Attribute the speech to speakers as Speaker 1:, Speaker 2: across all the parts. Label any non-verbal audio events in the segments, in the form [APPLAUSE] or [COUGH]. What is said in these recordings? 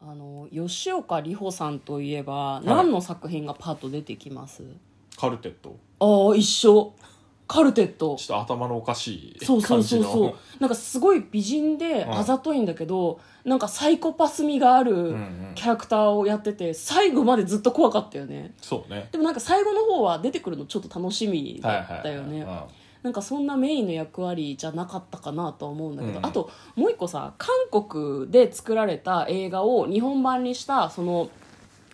Speaker 1: あの吉岡里帆さんといえば、何の作品がパッと出てきます
Speaker 2: カルテット
Speaker 1: ああ一緒カルテット
Speaker 2: ちょっと頭のおかしい
Speaker 1: そうそ
Speaker 2: 感
Speaker 1: う
Speaker 2: じ
Speaker 1: そう
Speaker 2: の
Speaker 1: そうなんかすごい美人で
Speaker 2: うん
Speaker 1: あざといんだけど、なんかサイコパス味があ
Speaker 2: うんう
Speaker 1: る
Speaker 2: ん
Speaker 1: キャラクターをやってて最後までずっと怖かったよね
Speaker 2: そうね
Speaker 1: でもなんか最後の方は出てくるのちょっと楽しみ
Speaker 2: はい
Speaker 1: だ
Speaker 2: はい
Speaker 1: ったよね、
Speaker 2: うん
Speaker 1: なんかそんなメインの役割じゃなかったかなとは思うんだけど、
Speaker 2: うん
Speaker 1: あともう一個さ韓国で作られた映画を日本版にしたその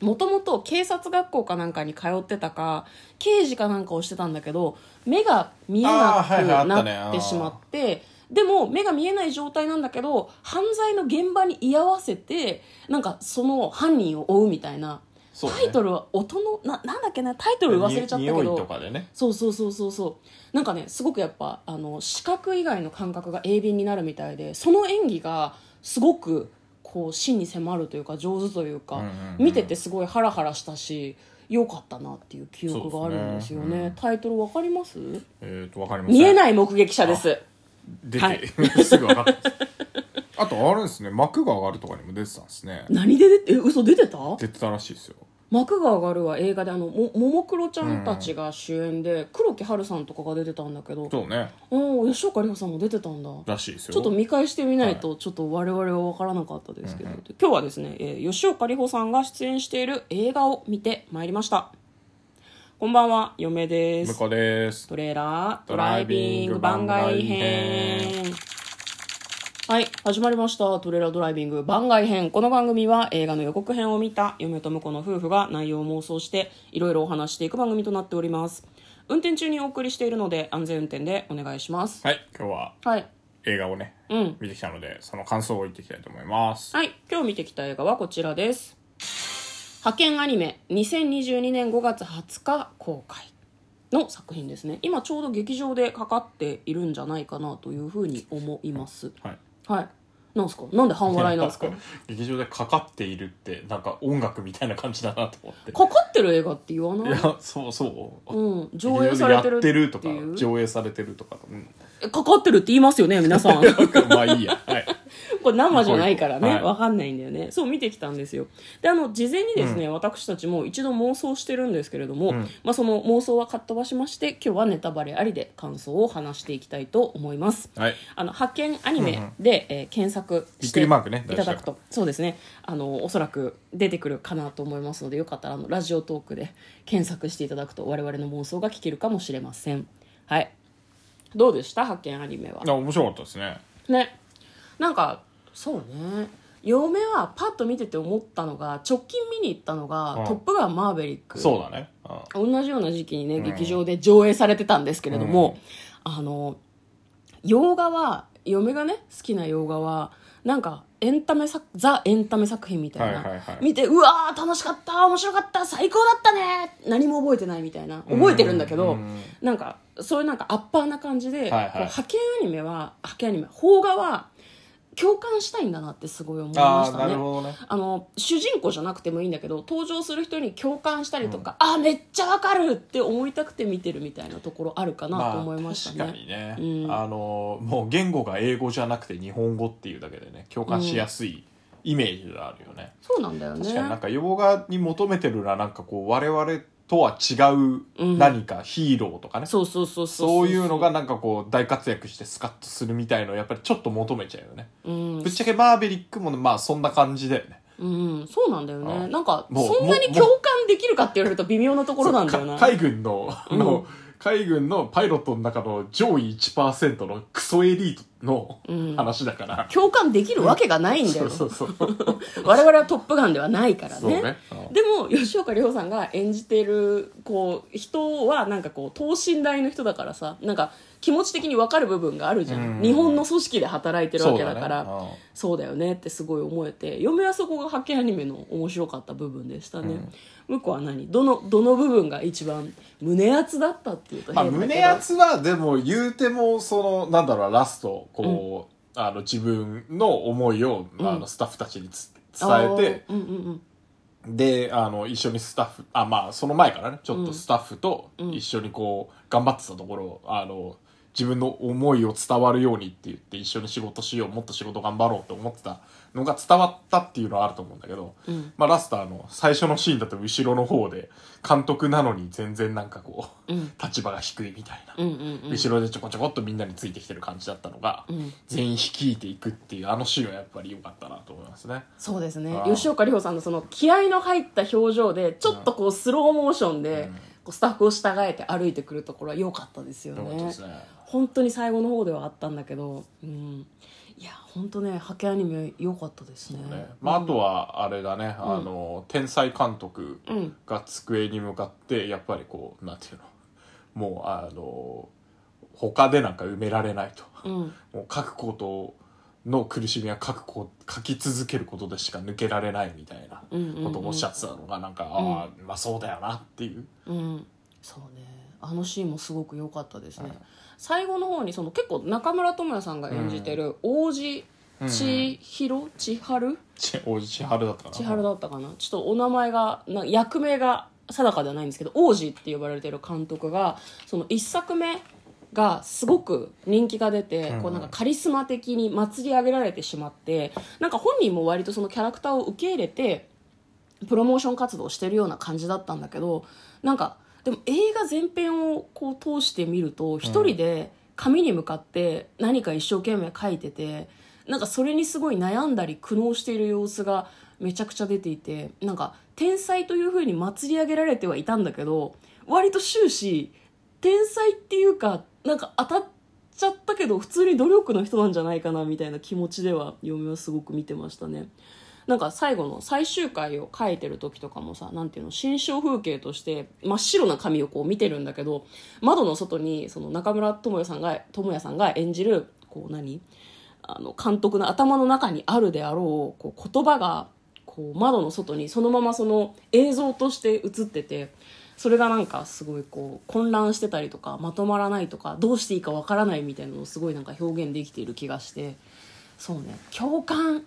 Speaker 1: もともと警察学校かなんかに通ってたか刑事かなんかをしてたんだけど目が見えな
Speaker 2: あーはいはいあ
Speaker 1: く
Speaker 2: ったね
Speaker 1: なってしまって、でも目が見えない状態なんだけど犯罪の現場に居合わせてなんかその犯人を追うみたいな、
Speaker 2: そうね
Speaker 1: タイトルは音のななんだっけなタイトル忘れちゃったけ
Speaker 2: に匂いと
Speaker 1: ど
Speaker 2: かでね
Speaker 1: そうそうそうそうそうなんかねすごくやっぱあの視覚以外の感覚が鋭敏になるみたいでその演技がすごくこう真に迫るというか上手というか、
Speaker 2: うんうんうん
Speaker 1: 見ててすごいハラハラしたし良かったなっていう記憶があるんですよ
Speaker 2: そう
Speaker 1: ね
Speaker 2: ですねうん
Speaker 1: タイトルわかります
Speaker 2: えっとわかりま
Speaker 1: 見え
Speaker 2: い
Speaker 1: ない目撃者です
Speaker 2: 出
Speaker 1: は
Speaker 2: て [LAUGHS] すぐわかったあとあれですね幕が上がるとかにも出てたんですね
Speaker 1: 何で出てえ嘘出てた
Speaker 2: 出てたらしいですよ
Speaker 1: 幕が上がるは映画であのもももクロちゃんたちが主演で、黒木華さんとかが出てたんだけど
Speaker 2: そうね
Speaker 1: おー吉岡里帆さんも出てたんだ
Speaker 2: らしいですよ
Speaker 1: ちょっと見返してみないとちょっと我々は分からなかったですけど、今日はですね、えー吉岡里帆さんが出演している映画を見てまいりましたこんばんは嫁で
Speaker 2: 向
Speaker 1: す
Speaker 2: こうです
Speaker 1: トレーラード
Speaker 2: ド
Speaker 1: ラ
Speaker 2: ラ
Speaker 1: イ
Speaker 2: イ
Speaker 1: ビ
Speaker 2: ビ
Speaker 1: ン
Speaker 2: ン
Speaker 1: グ
Speaker 2: グ
Speaker 1: 番
Speaker 2: 番
Speaker 1: 外
Speaker 2: 外
Speaker 1: 編
Speaker 2: 編
Speaker 1: はい始まりましたトレーラードライビング番外編この番組は映画の予告編を見た嫁と婿の夫婦が内容を妄想していろいろお話していく番組となっております運転中にお送りしているので安全運転でお願いします
Speaker 2: はい今日は
Speaker 1: はい
Speaker 2: 映画をね
Speaker 1: うん
Speaker 2: 見てきたのでその感想を言っていきたいと思います
Speaker 1: はい、今日見てきた映画はこちらです。派遣アニメ2022年5月20日公開の作品ですね。今ちょうど劇場でかかっているんじゃないかなというふうに思います。
Speaker 2: はい
Speaker 1: はい。なんすかなんで半笑いなんですか
Speaker 2: 劇場でかかっているってなんか音楽みたいな感じだなと思って
Speaker 1: かかってる映画って言わ
Speaker 2: い
Speaker 1: ない
Speaker 2: やそうそう
Speaker 1: うん、
Speaker 2: 劇
Speaker 1: 上
Speaker 2: 場
Speaker 1: 映
Speaker 2: で
Speaker 1: されて
Speaker 2: や
Speaker 1: るっ
Speaker 2: っ
Speaker 1: てて
Speaker 2: るとか
Speaker 1: いう
Speaker 2: 上映されてるとか、うん、
Speaker 1: えかかってるって言いますよね皆さ
Speaker 2: [LAUGHS]
Speaker 1: ん
Speaker 2: まあいいやはい
Speaker 1: これ生じゃないからね、
Speaker 2: はい
Speaker 1: わかんないんだよねそう見てきたんですよであの事前にですね、私たちも一度妄想してるんですけれども、
Speaker 2: ん
Speaker 1: まあ、その妄想はかっ飛ばしまして今日はネタバレありで感想を話していきたいと思います
Speaker 2: はい
Speaker 1: あの派遣アニメで、えー検索
Speaker 2: びっ
Speaker 1: し
Speaker 2: く
Speaker 1: て
Speaker 2: り
Speaker 1: い
Speaker 2: マークね
Speaker 1: ただくとそうですねあのおそらく出てくるかなと思いますのでよかったらあのラジオトークで検索していただくと我々の妄想が聞けるかもしれませんはいどうでした派遣アニメは
Speaker 2: あ面白かったですね
Speaker 1: ねなんかそうね嫁はパッと見てて思ったのが直近見に行ったのが「
Speaker 2: うん
Speaker 1: トップガンマーヴェリック」
Speaker 2: そうだねうん
Speaker 1: 同じような時期にね、
Speaker 2: ん
Speaker 1: 劇場で上映されてたんですけれども、あの洋画は嫁がね好きな洋画はなんかエンタメ作ザ・エンタメ作品みたいな、
Speaker 2: はいはいはい
Speaker 1: 見てうわー楽しかった面白かった最高だったね何も覚えてないみたいな覚えてるんだけど、
Speaker 2: うんうん
Speaker 1: なんかそういうなんかアッパーな感じで、
Speaker 2: いはい
Speaker 1: こう派遣アニメは派遣アニメ邦画は共感したいんだなってすごい思いま
Speaker 2: あ
Speaker 1: し
Speaker 2: あ
Speaker 1: たね
Speaker 2: なるほどね
Speaker 1: あの主人公じゃなくてもいいんだけど登場する人に共感したりとか、あめっちゃわかるって思いたくて見てるみたいなところあるかなと思いました
Speaker 2: あ、確か
Speaker 1: ね。
Speaker 2: にね、
Speaker 1: うん
Speaker 2: あのもう言語が英語じゃなくて日本語っていうだけでね共感しやすいイメージがあるよね、
Speaker 1: そうなんだよね
Speaker 2: 確かになんか洋画に求めてるのはなんかこう我々とは違う何かヒーローとかね、
Speaker 1: そうそうそうそう
Speaker 2: そういうのが、なんかこう大活躍してスカッとするみたいのをやっぱりちょっと求めちゃうよね、
Speaker 1: うん
Speaker 2: ぶっちゃけマーベリックもねまあそんな感じだよね
Speaker 1: うん、そうなんだよ
Speaker 2: あ
Speaker 1: ねなんか
Speaker 2: もう
Speaker 1: そんなに
Speaker 2: もう
Speaker 1: 共感できるかって言われると微妙なところなんだよな
Speaker 2: か海軍のあ
Speaker 1: うん
Speaker 2: の海軍のパイロットの中の上位1%のクソエリートの
Speaker 1: うん
Speaker 2: 話だから、
Speaker 1: 共感できるわけがないんだ
Speaker 2: そ
Speaker 1: よ
Speaker 2: うそうそう
Speaker 1: 我々は「トップガン」ではないから
Speaker 2: そうね。
Speaker 1: でも吉岡里帆さんが演じてるこう人はなんかこう等身大の人だからさなんか気持ち的に分かる部分があるじゃん、
Speaker 2: うん
Speaker 1: 日本の組織で働いてるわ
Speaker 2: そう
Speaker 1: け
Speaker 2: だ
Speaker 1: だ
Speaker 2: ね
Speaker 1: からそう,、だよねってすごい思えて嫁はそこが派遣アニメの面白かった部分でしたね、向こうは何どのどの部分が一番胸熱だったっていうと
Speaker 2: うんまあ、
Speaker 1: 変だけど
Speaker 2: 胸圧はでも言うてもそのなんだろうラストこう、あの自分の思いを、あ
Speaker 1: うん
Speaker 2: のスタッフたちにつ伝えて
Speaker 1: あーうんうんうん
Speaker 2: であの一緒にスタッフあまあその前からねちょっとスタッフと
Speaker 1: うん
Speaker 2: 一緒にこう頑張ってたところ、あの自分の思いを伝わるようにって言って一緒に仕事しようもっと仕事頑張ろうって思ってたのが伝わったっていうのはあると思うんだけど、
Speaker 1: うん
Speaker 2: まあ、ラスターの最初のシーンだと後ろの方で監督なのに全然なんかこう、
Speaker 1: うん
Speaker 2: 立場が低いみたいな、
Speaker 1: うんうんうん
Speaker 2: 後ろでちょこちょこっとみんなについてきてる感じだったのが、
Speaker 1: うん
Speaker 2: 全員率いていくっていうあのシーンはやっぱり良かったなと思いますね。
Speaker 1: そうですね
Speaker 2: あー
Speaker 1: 吉岡里帆さんのその気合の入った表情でちょっとこうスローモーションで
Speaker 2: うん
Speaker 1: こうスタッフを従えて歩いてくるところは良かったですよ
Speaker 2: 良かった
Speaker 1: ね
Speaker 2: ですね
Speaker 1: 本当に最後の方ではあったんだけど、うん、いや本当ね派遣アニメ良かったですね
Speaker 2: ねまあ、あとはあれだね、あの天才監督
Speaker 1: うん
Speaker 2: が机に向かってやっぱりこうなんていうのもうあの他でなんか埋められないと
Speaker 1: うん
Speaker 2: もう書くことの苦しみは書くこ書き続けることでしか抜けられないみたいな
Speaker 1: うんうんうん
Speaker 2: ことをおっしゃってたのがなんか、ああまあそうだよなっていう、 [LAUGHS]
Speaker 1: うん、そうねあのシーンもすごく良かったですね、最後の方にその結構中村倫也さんが演じてる王子千尋千春
Speaker 2: ちおじ千春だったかな
Speaker 1: 千春だったかなちょっとお名前がな役名が定かではないんですけど王子って呼ばれてる監督がその1作目がすごく人気が出て、
Speaker 2: うん
Speaker 1: こうなんかカリスマ的に祭り上げられてしまってなんか本人も割とそのキャラクターを受け入れてプロモーション活動をしてるような感じだったんだけどなんかでも映画全編をこう通してみると一人で紙に向かって何か一生懸命書いててなんかそれにすごい悩んだり苦悩している様子がめちゃくちゃ出ていてなんか天才というふうに祭り上げられてはいたんだけど割と終始天才っていうかなんか当たっちゃったけど普通に努力の人なんじゃないかなみたいな気持ちでは嫁はすごく見てましたね。なんか最後の最終回を書いてる時とかもさなんていうの新象風景として真っ白な紙をこう見てるんだけど窓の外にその中村智也さんが智也さんが演じるこう何あの監督の頭の中にあるであろうこう言葉がこう窓の外にそのままその映像として映っててそれがなんかすごいこう混乱してたりとかまとまらないとかどうしていいかわからないみたいなのをすごいなんか表現できている気がしてそうね共感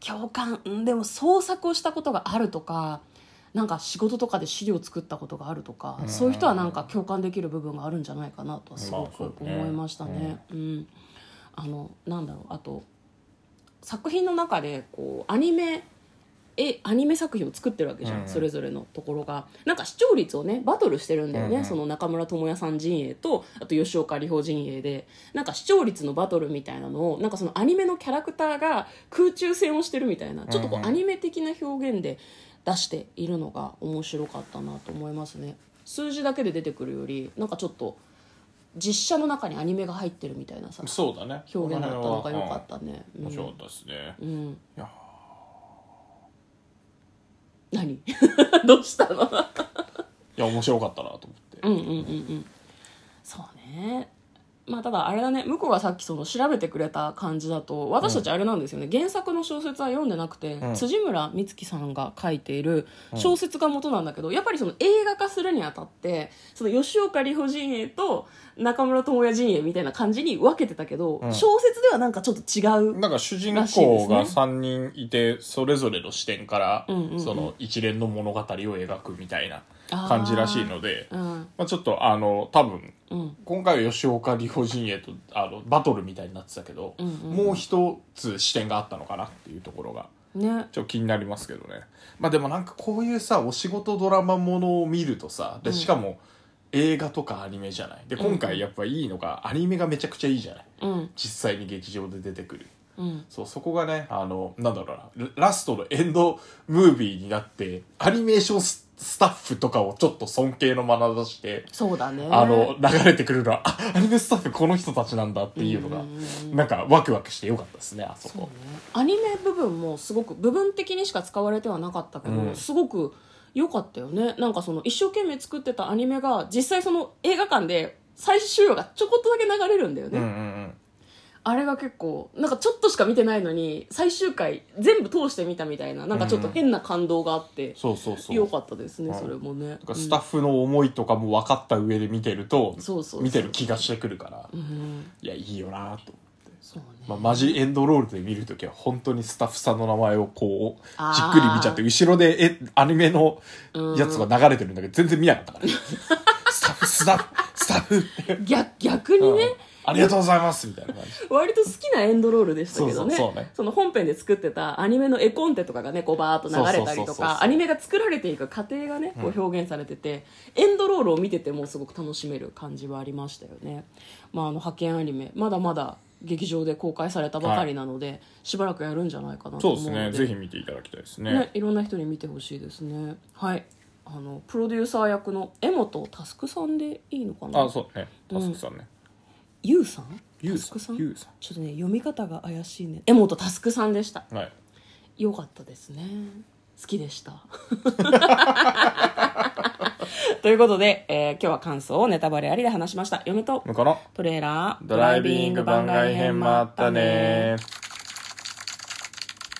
Speaker 1: 共感うんでも創作をしたことがあるとかなんか仕事とかで資料を作ったことがあるとか
Speaker 2: うん
Speaker 1: そういう人はなんか共感できる部分があるんじゃないかなとはすご
Speaker 2: まあそう
Speaker 1: く
Speaker 2: だね
Speaker 1: 思いましたね。うんあのなんだろうあと作品の中でこうアニメえアニメ作品を作ってるわけじゃん、
Speaker 2: うん
Speaker 1: それぞれのところがなんか視聴率をねバトルしてるんだよね、
Speaker 2: うんうん
Speaker 1: その中村倫也さん陣営とあと吉岡里帆陣営でなんか視聴率のバトルみたいなのをなんかそのアニメのキャラクターが空中戦をしてるみたいなちょっとこ
Speaker 2: うん
Speaker 1: う
Speaker 2: うん
Speaker 1: アニメ的な表現で出しているのが面白かったなと思いますね数字だけで出てくるよりなんかちょっと実写の中にアニメが入ってるみたいなさ
Speaker 2: そうだね
Speaker 1: 表現だったのが良かったね、
Speaker 2: うん
Speaker 1: う
Speaker 2: 面
Speaker 1: ん
Speaker 2: 白かったですね、
Speaker 1: うん
Speaker 2: いや
Speaker 1: 何 [LAUGHS] どうしたの
Speaker 2: いや面白かったなと思っ
Speaker 1: う
Speaker 2: て、
Speaker 1: んうんうんうんそうねまあただあれだね向こうがさっきその調べてくれた感じだと私たちあれなんですよね、原作の小説は読んでなくて、
Speaker 2: うん
Speaker 1: 辻村美月さんが書いている小説が元なんだけど、やっぱりその映画化するにあたってその吉岡里帆陣営と中村智也陣営みたいな感じに分けてたけど、
Speaker 2: うん
Speaker 1: 小説ではなんかちょっと違う
Speaker 2: なんか主人
Speaker 1: らしいで
Speaker 2: 公
Speaker 1: す
Speaker 2: が
Speaker 1: ね
Speaker 2: 3人いてそれぞれの視点から
Speaker 1: うんうんうん
Speaker 2: その一連の物語を描くみたいな感じらしいので
Speaker 1: うん
Speaker 2: まあ、ちょっとあの多分
Speaker 1: うん
Speaker 2: 今回は吉岡里帆陣営とあのバトルみたいになってたけど、
Speaker 1: うんうん
Speaker 2: もう一つ視点があったのかなっていうところが
Speaker 1: ね
Speaker 2: ちょっと気になりますけどねまあでもなんかこういうさお仕事ドラマものを見るとさでしかも映画とかアニメじゃないで今回やっぱいいのがアニメがめちゃくちゃいいじゃない
Speaker 1: うん
Speaker 2: 実際に劇場で出てくる
Speaker 1: うん
Speaker 2: そうそこがねあのなんだろうなララストのエンドムービーになってアニメーションススタッフとかをちょっと尊敬の眼差して、
Speaker 1: そうだね
Speaker 2: あの流れてくるのはあアニメスタッフこの人たちなんだっていうのが、
Speaker 1: うんうんうん
Speaker 2: なんかワクワクしてよかったですねあそ
Speaker 1: そう
Speaker 2: こ
Speaker 1: ねアニメ部分もすごく部分的にしか使われてはなかったけど、
Speaker 2: うん
Speaker 1: すごく良かったよねなんかその一生懸命作ってたアニメが実際その映画館で最終話がちょこっとだけ流れるんだよね、
Speaker 2: うんうん
Speaker 1: あれが結構なんかちょっとしか見てないのに最終回全部通して見たみたいななんかちょっと変な感動があって
Speaker 2: そうそうそう
Speaker 1: 良かったですね
Speaker 2: うん
Speaker 1: それもね
Speaker 2: だからスタッフの思いとかも分かった上で見てると、
Speaker 1: そうそうそう
Speaker 2: 見てる気がしてくるから、
Speaker 1: うん、うん
Speaker 2: いやいいよなと
Speaker 1: そうね
Speaker 2: まあ、マジエンドロールで見るときは本当にスタッフさんの名前をこう
Speaker 1: あー
Speaker 2: じっくり見ちゃって後ろでえアニメのやつが流れて
Speaker 1: [LAUGHS]
Speaker 2: るんだけど全然見なかったから、スタッフスタッフスタッフって
Speaker 1: 逆逆にね、
Speaker 2: うんありがとうございますみたいな感じ
Speaker 1: 割と好きなエンドロールでしたけどね
Speaker 2: そうそうそうね
Speaker 1: の本編で作ってたアニメの絵コンテとかがねこうバーッと流れたりと
Speaker 2: そうそうそうそう
Speaker 1: かアニメが作られていく過程がねこう表現されてて、エンドロールを見ててもすごく楽しめる感じはありましたよね、まあ、あの派遣アニメまだまだ劇場で公開されたばかりなので、しばらくやるんじゃないかなと思
Speaker 2: そうで
Speaker 1: う
Speaker 2: す
Speaker 1: の
Speaker 2: ねぜひ見ていただきたいですね
Speaker 1: ね、いろんな人に見てほしいですねはいあのプロデューサー役の江本佑さんでいいのかな
Speaker 2: あそうねタスクさんね、
Speaker 1: ゆうさん
Speaker 2: ゆう
Speaker 1: タスクさん
Speaker 2: ゆうさ
Speaker 1: ちょっとね読み方が怪しいね江本佑さんでした
Speaker 2: んはい
Speaker 1: 良かったですね好きでした [LAUGHS] ということで、えー今日は感想をネタバレありで話しました嫁と
Speaker 2: 向こうの
Speaker 1: トレーラー
Speaker 2: ドライビング番外編もあったね